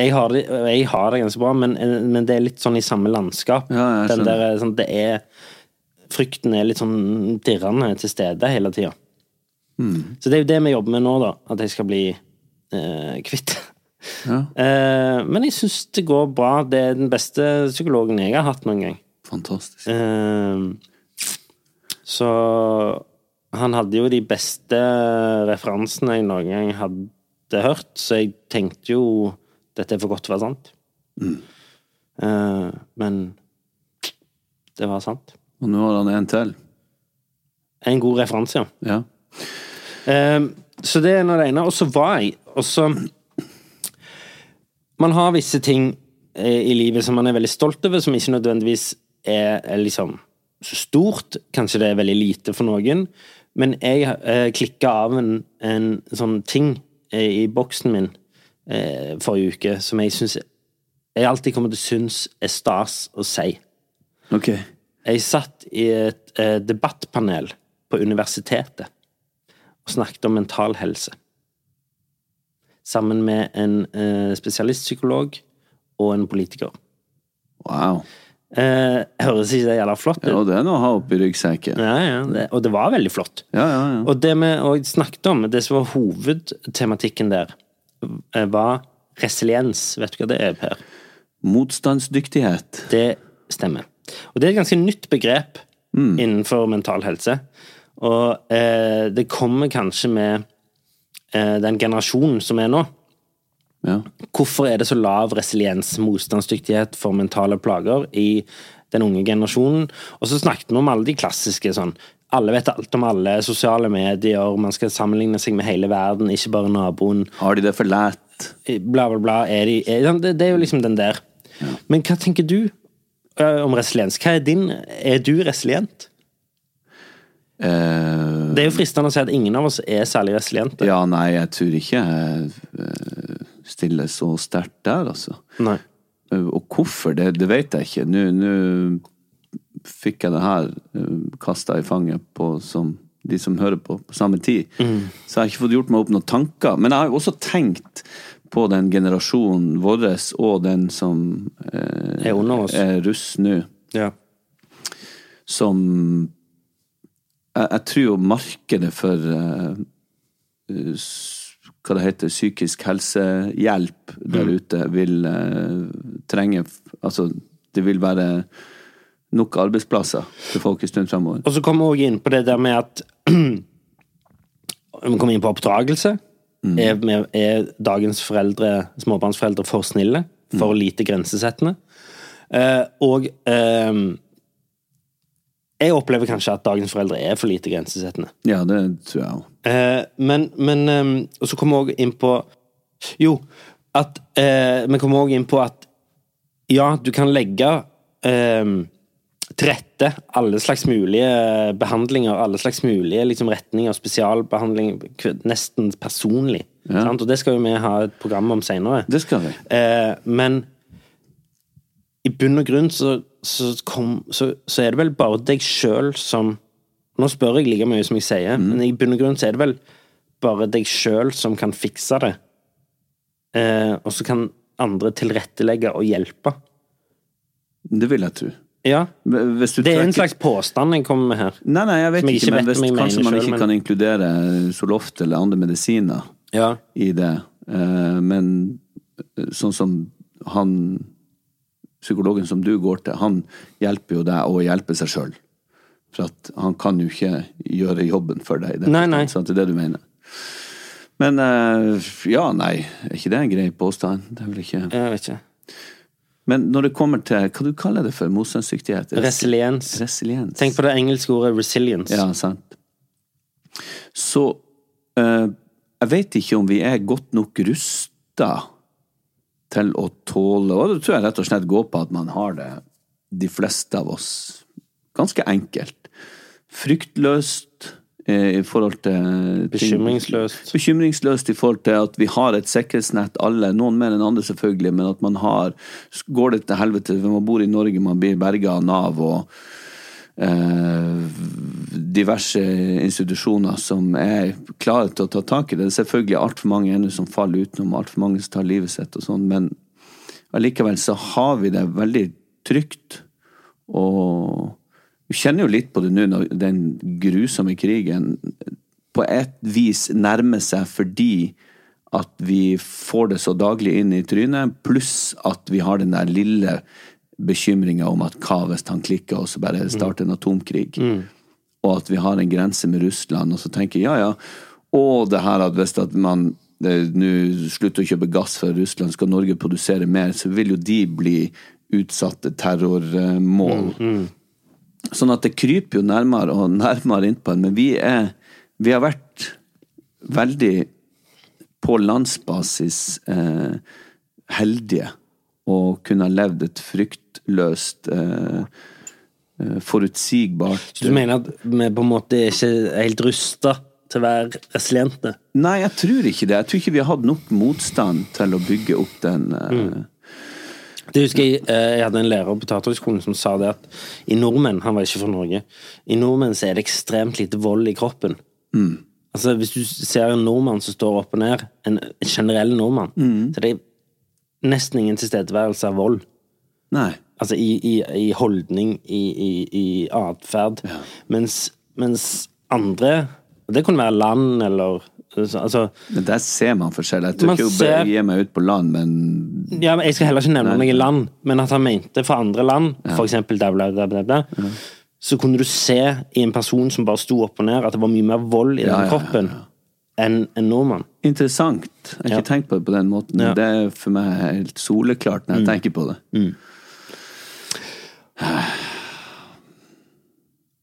jeg har, det, jeg har det, ganske bra, men, men, det er litt sånn i samme landskap.
Ja,
Den der, sånn, det er, frykten er litt sånn dirrende til stede hele tida.
Mm.
Så det er jo det vi jobber med nå, da. At jeg skal bli eh, kvitt.
Ja.
Eh, men jeg syns det går bra. Det er den beste psykologen jeg har hatt noen gang.
Fantastisk.
Eh, så han hadde jo de beste referansene jeg noen gang hadde hørt, så jeg tenkte jo dette er for godt til å være sant.
Mm.
Uh, men det var sant.
Og nå har han en til.
En god referanse,
ja.
Uh, så det er nå det ene. Og så var jeg Og så Man har visse ting uh, i livet som man er veldig stolt over, som ikke nødvendigvis er, er liksom så stort. Kanskje det er veldig lite for noen. Men jeg eh, klikka av en, en, sånn ting eh, i boksen min eh, forrige uke som jeg syns Jeg alltid kommer til å synes er stas å si.
Okay.
Jeg satt i et eh, debattpanel på universitetet og snakket om mental helse. Sammen med en eh, spesialistpsykolog og en politiker.
Wow.
Eh, høres ikke det jævla flott ut?
Ja, det er noe å ha oppi ryggsekken.
Ja, ja, det, og det var veldig flott.
Ja, ja, ja.
Og det vi og snakket om, det som var hovedtematikken der, eh, var resiliens. Vet du hva det er, Per?
Motstandsdyktighet.
Det stemmer. Og det er et ganske nytt begrep
mm.
innenfor mental helse. Og eh, det kommer kanskje med eh, den generasjonen som er nå.
Ja.
Hvorfor er det så lav resiliens, motstandsdyktighet, for mentale plager i den unge generasjonen? Og så snakket vi om alle de klassiske sånn alle vet alt om alle, sosiale medier, man skal sammenligne seg med hele verden, ikke bare naboen.
Har de det for lett?
bla, bla, bla er de, er, det, det, er jo liksom den der.
Ja.
Men hva tenker du uh, om resiliens? Hva er din Er du resilient?
Uh,
det er jo fristende å si at ingen av oss er særlig resiliente.
Ja, nei, jeg tror ikke jeg stiller så sterkt der, altså.
Nei.
Øh, Og hvorfor, det, det vet jeg ikke. Nå, nå fikk jeg det her kasta i fanget på som de som hører på, på samme tid.
Mm.
Så jeg har ikke fått gjort meg opp noen tanker. Men jeg har jo også tenkt på den generasjonen vår og den som eh,
er under oss.
Er russ nå.
Ja.
Som jeg, jeg, tror jo markedet for eh, hva det heter, psykisk helsehjelp der mm. ute vil eh, trenge Altså, det vil være nok arbeidsplasser til folk en stund fremover.
Og så kommer vi òg inn på det der med at Vi kommer inn på oppdragelse.
Mm.
Er, er, dagens foreldre, småbarnsforeldre for snille? For mm. lite grensesettende? Eh, og eh, jeg opplever kanskje at dagens foreldre er for lite grensesettende.
Ja, det tror jeg òg.
Eh, men, men ehm, Og så kommer vi òg inn på Jo, at eh, Vi kommer òg inn på at ja, du kan legge ehm, til rette alle slags mulige behandlinger, alle slags mulige liksom, retninger, spesialbehandling, nesten personlig.
Ja.
Og det skal jo vi ha et program om seinere.
Det skal vi.
Eh, men i bunn og grunn så, så, kom, så, så er det vel bare deg sjøl som Nå spør jeg like mye som jeg sier,
Mm.
men i bunn og grunn så er det vel bare deg sjøl som kan fikse det. Eh, og så kan andre tilrettelegge og hjelpe.
Det vil jeg tro.
Ja.
Hvis du
Det er en
trekker-
slags påstand jeg kommer med her.
Nei, nei, jeg vet
som jeg
ikke,
ikke
men
vet
hvis
om jeg
kanskje
mener
man
selv,
ikke
men-
kan inkludere Zoloft eller andre medisiner
Ja.
i det. Eh, Men sånn som han psykologen som du går til, han hjelper jo deg å hjelpe seg sjøl. For at han kan jo ikke gjøre jobben for deg.
Nei, nei.
Sant? Det er det du mener. Men eh, ja, nei. Er ikke det en grei påstand? Det er vel ikke
Jeg vet ikke.
Men når det kommer til Hva du kaller det for? Motstandsdyktighet?
Resiliens.
Resiliens.
Tenk på det engelske ordet resilience.
Ja, sant. Så eh, jeg vet ikke om vi er godt nok rusta til å tåle Og det tror jeg rett og slett går på at man har det, de fleste av oss, ganske enkelt. Fryktløst eh, i forhold til ting-
Bekymringsløst.
bekymringsløst i forhold til at vi har et sikkerhetsnett, alle. Noen mer enn andre, selvfølgelig, men at man har Går det til helvete, hvis man bor i Norge, man blir berga av Nav og eh, diverse institusjoner som er klare til å ta tak i det. Det er selvfølgelig altfor mange ennå som faller utenom, altfor mange som tar livet sitt og sånn, men allikevel så har vi det veldig trygt. Og vi kjenner jo litt på det nå, når den grusomme krigen på et vis nærmer seg fordi at vi får det så daglig inn i trynet, pluss at vi har den der lille bekymringa om at hva hvis han klikker, og så bare starter en atomkrig? Og at vi har en grense med Russland, og så tenker jeg, ja ja, og det her at hvis at man det- nå slutter å kjøpe gass fra Russland, skal Norge produsere mer, så vil jo de bli utsatte terrormål. Sånn at det kryper jo nærmere og nærmere innpå en. Men vi er Vi har vært veldig på landsbasis eh, heldige og kunne ha levd et fryktløst eh, eh, forutsigbart
Så du mener at vi på en måte er ikke er helt rusta til å være resiliente?
Nei, jeg tror ikke det. Jeg tror ikke vi har hatt nok motstand til å bygge opp den eh,
Mm. Det husker Jeg eh, jeg hadde en lærer på Teaterhøgskolen som sa det at i nordmenn Han var ikke fra Norge. I nordmenn så er det ekstremt lite vold i kroppen. Altså Hvis du ser en nordmann som står opp og ned, en generell nordmann, så det er nesten ingen tilstedeværelse av vold.
Nei.
Altså i, i, i holdning, i, i, i atferd. Mens, mens andre og Det kunne være land eller Altså
Men der ser man forskjell. Jeg tror
Man
ikke hun
ser-
gir meg ut på land, men
ja, men Jeg skal heller ikke nevne noe land, men at han mente fra andre land, for eksempel der, der, der, der, der, så kunne du se i en person som bare sto opp og ned, at det var mye mer vold i den
ja, ja,
kroppen enn en nordmann.
Interessant. Jeg har ikke tenkt på det på den måten. men
Ja. Mm.
Det er for meg helt soleklart når jeg tenker på det.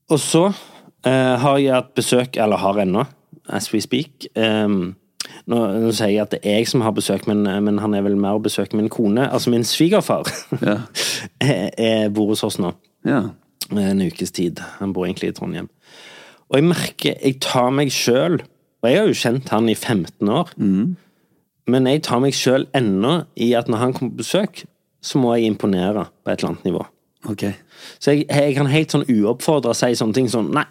Og så eh, har jeg hatt besøk, eller har ennå, as we speak ehm, nå, nå sier jeg at det er jeg som har besøk, men, eh, men han er vel mer å besøke min kone. Altså min svigerfar
Ja.
eh, eh, bor hos oss nå.
Ja.
Eh, en ukes tid. Han bor egentlig i Trondheim. Og jeg merker Jeg tar meg sjøl Og jeg har jo kjent han i 15 år. Men jeg tar meg sjøl ennå i at når han kommer på besøk, så må jeg imponere på et eller annet nivå.
Ok.
Så jeg, jeg kan helt sånn uoppfordra si sånne ting som Nei,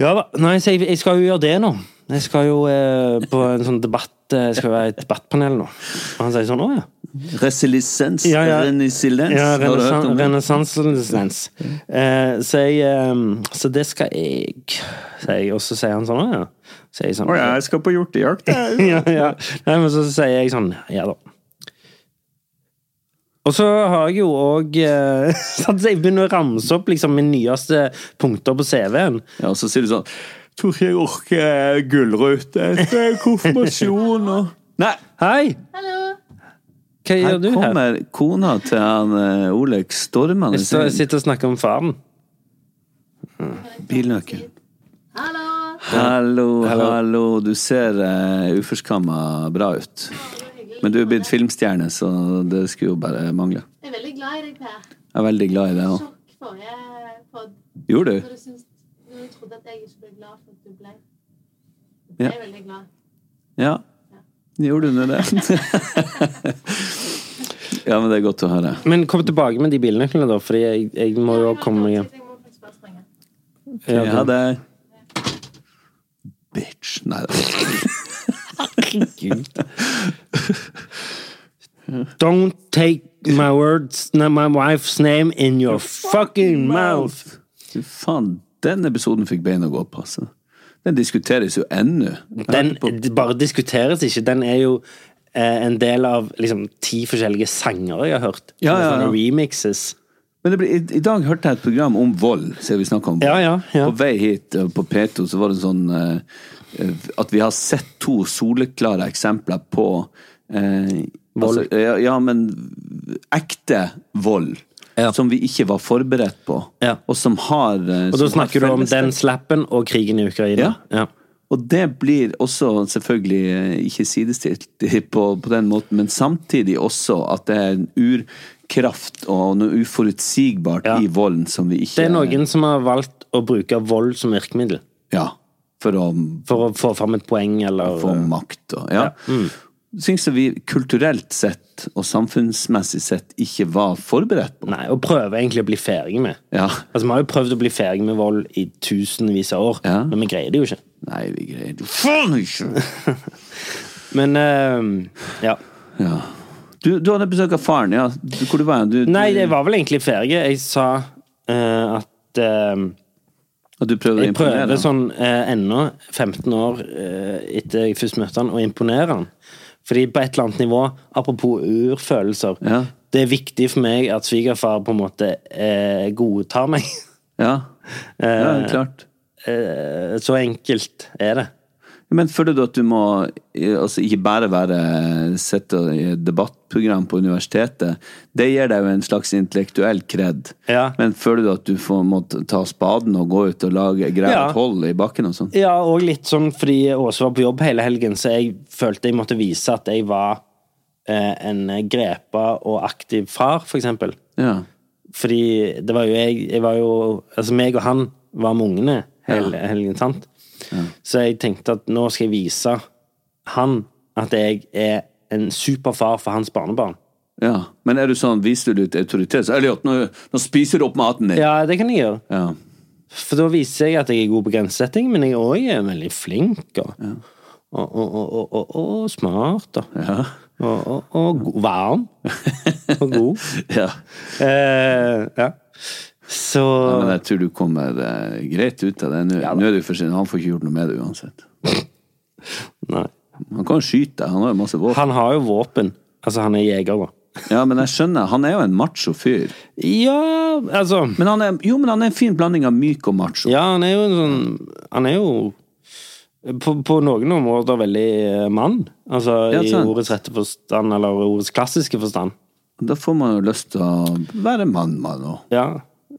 ja da. Nei, så jeg, jeg skal jo gjøre det nå. Jeg skal jo eh, på en sånn debatt eh, Jeg skal være i et debattpanel nå. Og han sier sånn Å ja.
Resilisens.
Ja, ja.
Renisiliens.
Ja,
Har du hørt om det? Mm.
renessanselens. Eh, så, jeg, eh, så det skal jeg, sier jeg. Og så sier han sånn, «Å, ja. Så jeg sånn,
Å ja, jeg skal på hjortejakt, jeg.
ja, ja. Nei, men så sier jeg sånn, ja da. Og så har jeg jo òg eh, sånn at Jeg begynner å ramse opp liksom mine nyeste punkter på CV-en.
Ja, og så sier du sånn Tror ikke jeg orker gulrute etter konfirmasjon og Nei!
Hei! Hva
Her
gjør du her?
kommer kona til han eh, Oleg stormende
Jeg står- jeg
sin
sitter og snakker om faren.
bilnøkkel. Hallo, hallo, Du ser uh, uforskamma bra ut. Men du er blitt filmstjerne, så det skulle jo bare mangle.
Jeg er veldig glad i deg, Per.
Jeg er veldig glad i deg òg.
Sjokk forrige podd.
Gjorde du?
Når du, syns- når du trodde at jeg ikke ble glad for at du ble.
Ja.
Jeg er veldig glad.
Ja. Gjorde du nå det? ja, men det er godt å høre.
Men kom tilbake med de bilnøklene, da, Fordi jeg, jeg må jo komme meg hjem.
Jeg må faktisk bare springe.
Ja, det er Bitch. Nei da.
Don't take my words, no, my wife's name in your fucking mouth.
Fy faen, den episoden fikk bein å gå på, altså. Den diskuteres jo ennå. Jeg
Den
hørte på-
d- bare diskuteres ikke. Den er jo eh, en del av liksom ti forskjellige sanger jeg har hørt.
Ja, ja, ja.
Sånne Remixes.
Men det ble, i, i dag hørte jeg et program om vold, siden vi snakka om vold.
Ja, ja, ja.
På vei hit eh, på P2 så var det sånn eh, at vi har sett to soleklare eksempler på eh,
Vold.
Altså, ja, ja, men ekte vold.
Ja.
Som vi ikke var forberedt på,
Ja.
og som har eh,
Og
som
da
har
snakker du om
felles-
den slappen og krigen i Ukraina.
Ja. Og det blir også selvfølgelig eh, ikke sidestilt på, på den måten, men samtidig også at det er en urkraft og noe uforutsigbart
Ja.
i volden som vi ikke
Det er noen som har valgt å bruke vold som virkemiddel.
Ja. For å
For å få fram et poeng, eller
få makt og Ja.
Mm.
Syns jeg vi kulturelt sett og samfunnsmessig sett ikke var forberedt på.
Nei, og prøve egentlig å bli ferdig med.
Ja.
Altså, Vi har jo prøvd å bli ferdig med vold i tusenvis av år,
Ja.
men vi greier det jo ikke.
Nei, vi greier det jo faen ikke!
Men eh, ja.
Ja. Du, du hadde besøk av faren, ja. Du, hvor du var du? du-
Nei, jeg var vel egentlig ferdig. Jeg sa eh, at eh,
Og du prøvde å
Jeg
imponere?
prøver sånn eh, ennå, 15 år eh, etter jeg først møtte han, å imponere han. Fordi på et eller annet nivå, apropos urfølelser,
Ja.
det er viktig for meg at svigerfar på en måte eh, godtar meg.
Ja. ja, klart.
Eh, så enkelt er det.
Men føler du at du må eh, altså ikke bare være sitte i et debattprogram på universitetet? Det gir deg jo en slags intellektuell kred.
Ja.
Men føler du at du får, må ta spaden og gå ut og lage grave
Ja.
et hull i bakken og sånn?
Ja, og litt sånn fordi Åse var på jobb hele helgen, så jeg følte jeg måtte vise at jeg var eh, en grepa og aktiv far, for eksempel.
Ja.
Fordi det var jo jeg, jeg var jo, Altså meg og han var med ungene hele helgen, sant? Så jeg tenkte at nå skal jeg vise han at jeg er en superfar for hans barnebarn.
ja. Men er du sånn, viser du litt autoritet? Så, Elliot, nå, nå spiser du opp maten din!
Ja, det kan jeg gjøre.
Ja.
For da viser jeg at jeg er god på grensesetting, men jeg òg er veldig flink og, og, og, og, og, og, og smart og, og, og, og go- varm. Og god.
Ja.
Eh, ja. Så
Men jeg tror du kommer eh, greit ut av det nå. nå er det jo for sent. Han får ikke gjort noe med det uansett.
Nei.
Han kan jo skyte deg, han har jo masse våpen.
Han har jo våpen. Altså, han er jeger, da.
Ja, men jeg skjønner, han er jo en macho fyr.
Ja, altså
Men han er, jo, men han er en fin blanding av myk og macho.
Ja, han er jo en sånn Han er jo på, på noen områder veldig eh, mann. Altså
Ja,
i
sant.
ordets rette forstand, eller ordets klassiske forstand.
Da får man jo lyst til å være mann, mann òg.
Ja.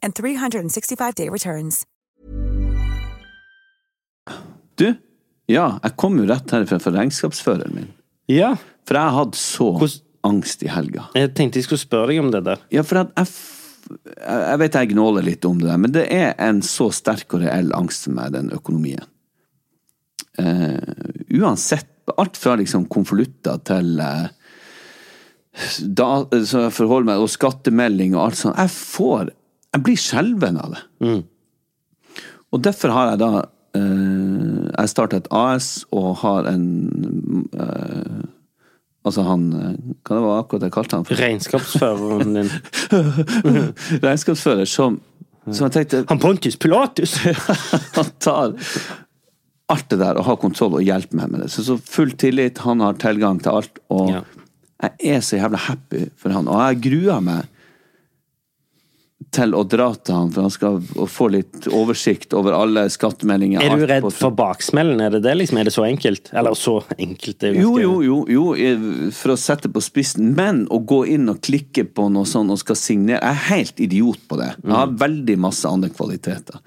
and 365-day returns.
Du, ja, jeg kom jo rett herfra for regnskapsføreren min.
ja.
For jeg hadde så
Hvordan-
angst i helga.
Jeg tenkte jeg skulle spørre deg om det der.
Ja, for at jeg, f- jeg jeg vet jeg gnåler litt om det der, men det er en så sterk og reell angst for meg, den økonomien. Eh, uansett, alt fra liksom konvolutter til eh, da, så jeg forholder meg, og skattemelding og alt sånt. Jeg får Jeg blir skjelven av det. Og derfor har jeg da eh, Jeg starta et AS og har en eh, Altså han Hva det var akkurat jeg kalte han?
for? Regnskapsføreren din.
Regnskapsfører som, som jeg tenkte
Han Pontus Pilatus!
han tar alt det der og har kontroll og hjelper meg med det. Så, så full tillit, han har tilgang til alt. Og ja. jeg er så jævla happy for han. Og jeg gruer meg til å dra til han, for han skal få litt oversikt over alle skattemeldinger.
Er du redd for baksmellen? Er det det liksom? Er det så enkelt? Eller så enkelt?
jo, jo, jo, jo, for å sette på spissen. Men å gå inn og klikke på noe sånn og skal signere Jeg er helt idiot på det. Jeg har veldig masse andre kvaliteter.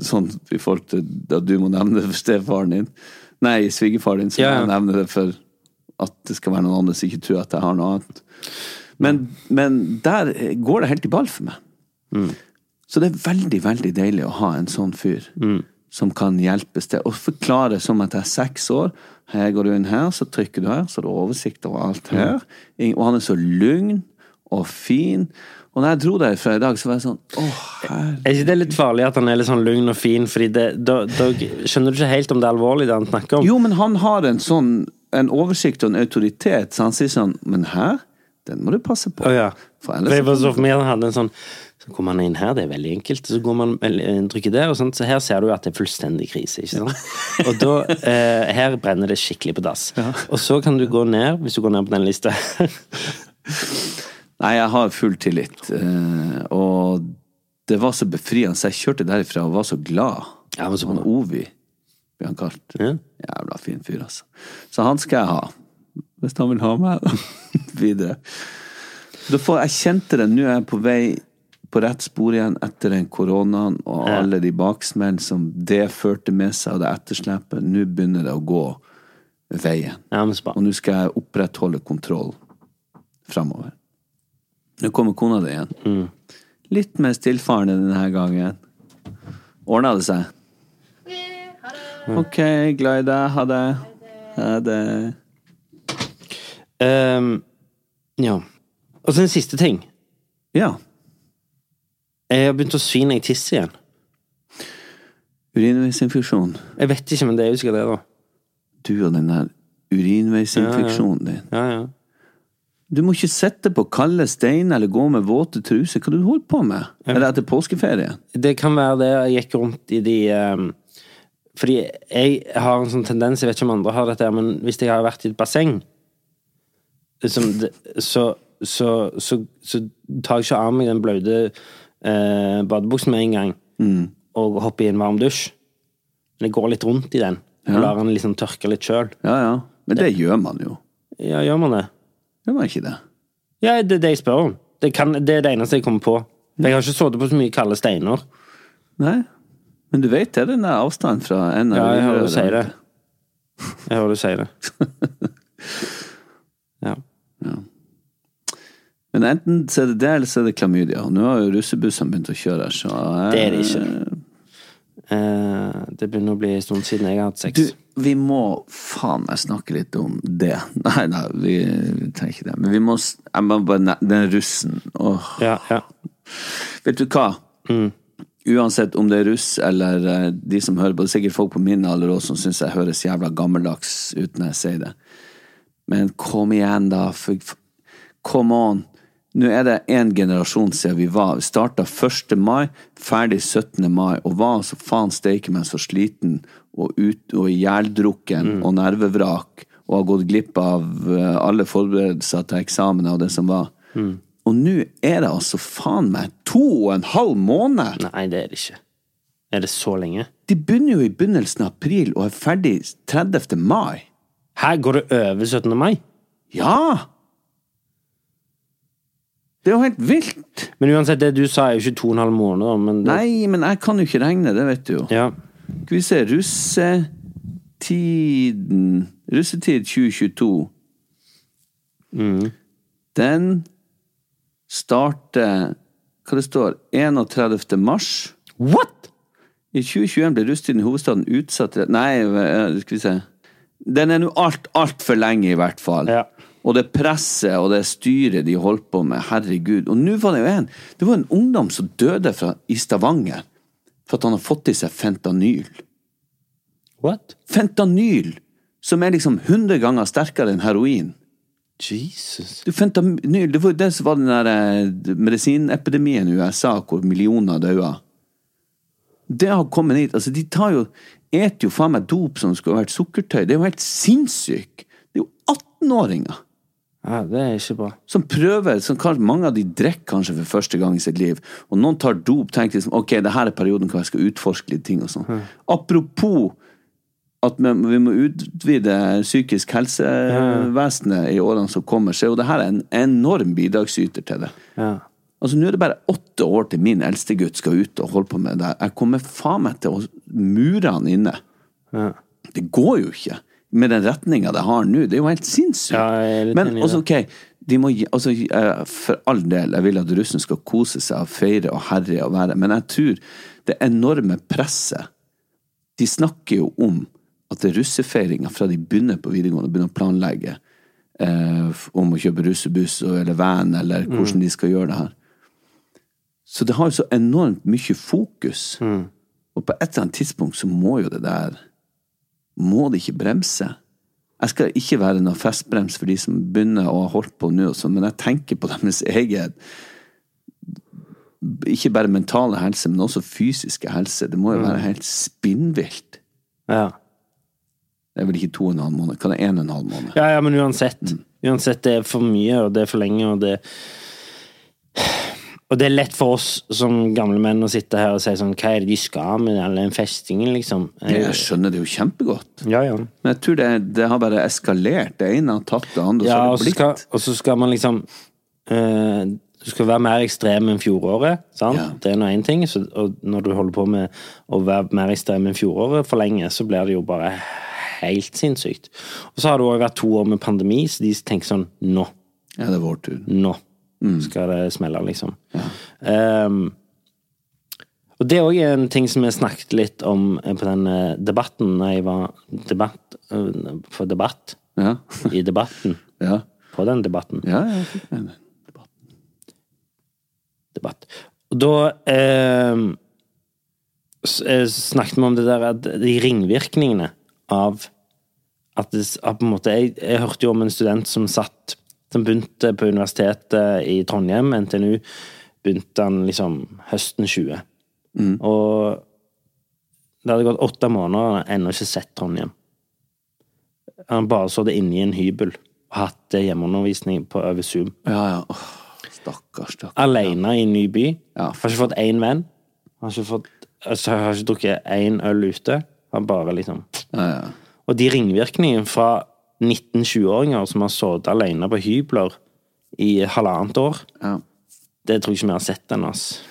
Sånn i forhold til at du må nevne det for stefaren din. Nei, svigerfaren din, så ja. jeg nevner det for at det skal være noen andre som ikke tror at jeg har noe annet. Men, men der går det helt i ball for meg. Mm. Så det er veldig, veldig deilig å ha en sånn fyr mm. som kan hjelpes til. Og forklare som at jeg er seks år. Her går du inn her, så trykker du her, så har du oversikt over alt her. Mm. Og han er så lugn og fin. Og når jeg dro derfra i dag, så var jeg sånn åh,
herregud. Er ikke det litt farlig at han er litt sånn lugn og fin, fordi det, da, da, skjønner du ikke helt om det er alvorlig, det han snakker om?
Jo, men han har en sånn en oversikt og en autoritet, så han sier sånn Men her, den må du passe på.
Oh, ja. For ellers så kan hadde en sånn så kommer man inn her, det er veldig enkelt. Så går man eh, trykker der, og sånt. så her ser du at det er fullstendig krise. ikke sant? Ja. og da, eh, Her brenner det skikkelig på dass. Ja. Og så kan du gå ned, hvis du går ned på den lista.
Nei, jeg har full tillit. Eh, og det var så befriende. Så jeg kjørte derifra og var så glad.
Ja, men så
han Ovi blir han kalt. Ja. Jævla fin fyr, altså. Så han skal jeg ha. Hvis han vil ha meg videre. Får, jeg kjente det. Nå er jeg på vei på rett spor igjen etter den koronaen og ja. alle de baksmellene som det førte med seg, og det etterslepet. Nå begynner det å gå veien.
Ja,
og nå skal jeg opprettholde kontroll framover. Nå kommer kona di igjen. Mm. Litt mer stillfarende denne gangen. Ordna det seg? Mm. OK, glad i deg. Ha det. Ha det.
Um, ja. Og så en siste ting.
Ja.
Jeg har begynt å svine i tiss igjen.
Urinveisinfeksjon.
Jeg vet ikke, men det er jo sikkert det, da.
Du og den der urinveisinfeksjonen
ja, ja. din. Ja, ja.
Du må ikke sitte på kalde steiner eller gå med våte truser. Hva du holder på med? Ja. Eller etter påskeferie?
Det kan være det. Jeg gikk rundt i de um, Fordi jeg har en sånn tendens, jeg vet ikke om andre har dette, men hvis jeg har vært i et basseng, som, så, så, så, så tar jeg ikke av meg den blaute eh, badebuksen med en gang
mm.
og hoppe i en varm dusj. Men jeg går litt rundt i den og ja. lar den liksom tørke litt sjøl.
Ja, ja. Men det, det, gjør man jo.
Ja, gjør man det?
Gjør man ikke det?
Ja, det er det jeg spør om. Det, kan, det er det eneste jeg kommer på. For jeg har ikke sittet på så mye kalde steiner.
Nei, men du vet det er den der avstanden fra en
Ja, jeg hører du si det. Jeg hører du si det. ja.
ja. Men enten så er det det, eller så er det klamydia. Nå har jo russebussene begynt å kjøre. Så jeg...
Det er det ikke. Eh, det begynner å bli en stund siden jeg har hatt sex.
Du, vi må faen meg snakke litt om det. Nei, nei, vi, vi trenger ikke det. Men vi må jeg må bare, nei, Den russen. Åh.
Ja, ja.
Vet du hva?
Mm.
Uansett om det er russ eller eh, de som hører på, det er sikkert folk på min alder også som syns jeg høres jævla gammeldags ut når jeg sier det. Men kom igjen, da. For, for, come on. Nå er det én generasjon siden vi var. Vi starta 1. mai, ferdig 17. mai, og var altså faen steike meg så sliten og ut og ihjeldrukken mm. og nervevrak og har gått glipp av eh, alle forberedelser til eksamener og det som var.
Mm.
Og nå er det altså faen meg to og en halv måned!
Nei, det er det ikke. Er det så lenge?
De begynner jo i begynnelsen av april og er ferdig 30. mai.
Her går det over 17. mai?
Ja! Det er jo helt vilt!
Men uansett, det du sa er jo ikke to og en halv måned, men det...
Nei, men jeg kan jo ikke regne, det vet du jo.
Ja.
Skal vi se Russetiden Russetid 2022.
Mm.
Den starter Hva det står 31. mars.
What?!
I 2021 ble russetiden i hovedstaden utsatt Nei, skal vi se Den er nå alt, altfor lenge, i hvert fall.
Ja
og det presset og det styret de holdt på med. Herregud. Og nå var det jo en Det var en ungdom som døde fra, i Stavanger for at han har fått i seg fentanyl.
What?
Fentanyl! Som er liksom 100 ganger sterkere enn heroin.
Jesus.
Du, fentanyl, det var jo det som var den der medisinepidemien i USA, hvor millioner daua. Det har kommet hit. Altså, de tar jo Et jo faen meg dop som skulle vært sukkertøy. Det er jo helt sinnssykt! Det er jo 18-åringer!
Ja, det er ikke bra.
Som prøver, som kanskje, Mange av de drikker kanskje for første gang i sitt liv. Og noen tar dop tenker liksom, ok, det her er perioden hvor jeg skal utforske litt ting. og sånn. Mm. Apropos at vi må utvide psykisk helsevesenet i årene som kommer, så er jo det her en enorm bidragsyter til det.
Ja.
Altså, Nå er det bare åtte år til min eldste gutt skal ut og holde på med det. Jeg kommer faen meg til å mure han inne.
Ja.
Det går jo ikke med den retninga det har nå. Det er jo helt sinnssykt.
Ja,
Men også, ok, må, altså, for all del, jeg vil at russen skal kose seg og feire og herje og være, men jeg tror det enorme presset De snakker jo om at det er russefeiringa fra de begynner på videregående, begynner å planlegge eh, om å kjøpe russebuss eller van, eller hvordan mm. de skal gjøre det her. Så det har jo så enormt mye fokus.
Mm.
Og på et eller annet tidspunkt så må jo det der må det ikke bremse. Jeg skal ikke være noen festbrems for de som begynner å ha holdt på nå, sånn, men jeg tenker på deres eget Ikke bare mentale helse, men også fysiske helse. Det må jo
Mm.
være helt spinnvilt.
Ja.
Det er vel ikke to og en halv måned, kan det en og en halv måned?
Ja, ja, men uansett. Mm. Uansett, det er for mye, og det er for lenge, og det og det er lett for oss som gamle menn å sitte her og si sånn Hva er det de skal med all den festingen, liksom?
Jeg, jeg skjønner det jo kjempegodt.
Ja, ja.
Men jeg tror det, det, har bare eskalert. Det ene har tatt det andre, ja,
og så har det blitt. og så skal man liksom øh, Du skal være mer ekstrem enn fjoråret, sant? Ja. Det er nå én ting. Så, og når du holder på med å være mer ekstrem enn fjoråret for lenge, så blir det jo bare helt sinnssykt. Og så har det òg vært to år med pandemi, så de tenker sånn Nå.
Ja, det er vår tur.
Nå. Mm. skal det smelle, liksom. Ja. Um, og det er òg en ting som vi snakket litt om eh, på den debatten da jeg var debatt, eh, for debatt.
Ja.
I debatten.
Ja.
På den debatten.
Ja, jeg fikk med den debatten.
Debatt. Og da um, snakket vi om det der at de ringvirkningene av at det, at på en måte, jeg, jeg hørte jo om en student som satt som begynte på universitetet i Trondheim, NTNU, begynte han liksom høsten 20.
Mm.
Og det hadde gått åtte måneder, og han hadde ennå ikke sett Trondheim. Han bare så det inni en hybel og hatt hjemmeundervisning på over Zoom.
Ja, ja. Åh, stakkars, stakkars.
Alene i en ny by.
Ja.
Har ikke fått én venn. Har ikke, fått, altså, har ikke drukket én øl ute. Han bare liksom
ja, ja.
Og de ringvirkningene fra 19-20-åringer som har sittet alene på hybler i halvannet år.
Ja.
Det tror jeg ikke vi har sett ennå. Altså.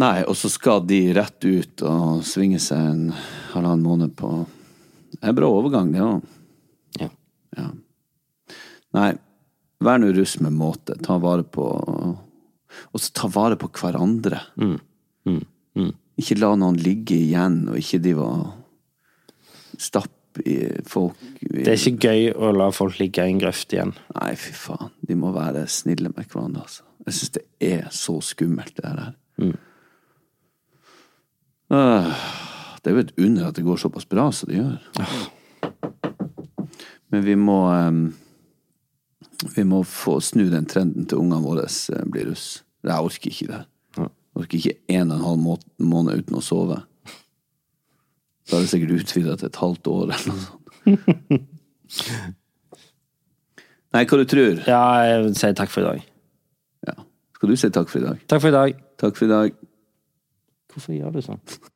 Nei, og så skal de rett ut og svinge seg en halvannen måned på Det er en bra overgang, det òg.
Ja.
ja. Nei, vær nå russ med måte. Ta vare på Og så ta vare på hverandre.
Mm. Mm. Mm.
Ikke la noen ligge igjen, og ikke de var stappe Folk,
det er ikke gøy å la folk ligge i en grøft igjen.
Nei, fy faen. De må være snille med hverandre, altså. Jeg syns det er så skummelt, det der.
Mm.
Ah, Det er jo et under at det går såpass bra som det gjør. Ah. Men vi må Vi må få snu den trenden til ungene våre eh, blir russ. Jeg orker ikke det. Jeg orker ikke en og en halv måned uten å sove. Da er det sikkert utvida til et halvt år eller noe sånt. Nei, hva du tror?
Ja, jeg sier takk for i dag.
Ja. Skal du si takk for i dag?
Takk for i dag.
Takk for i dag.
Hvorfor gjør du sånn?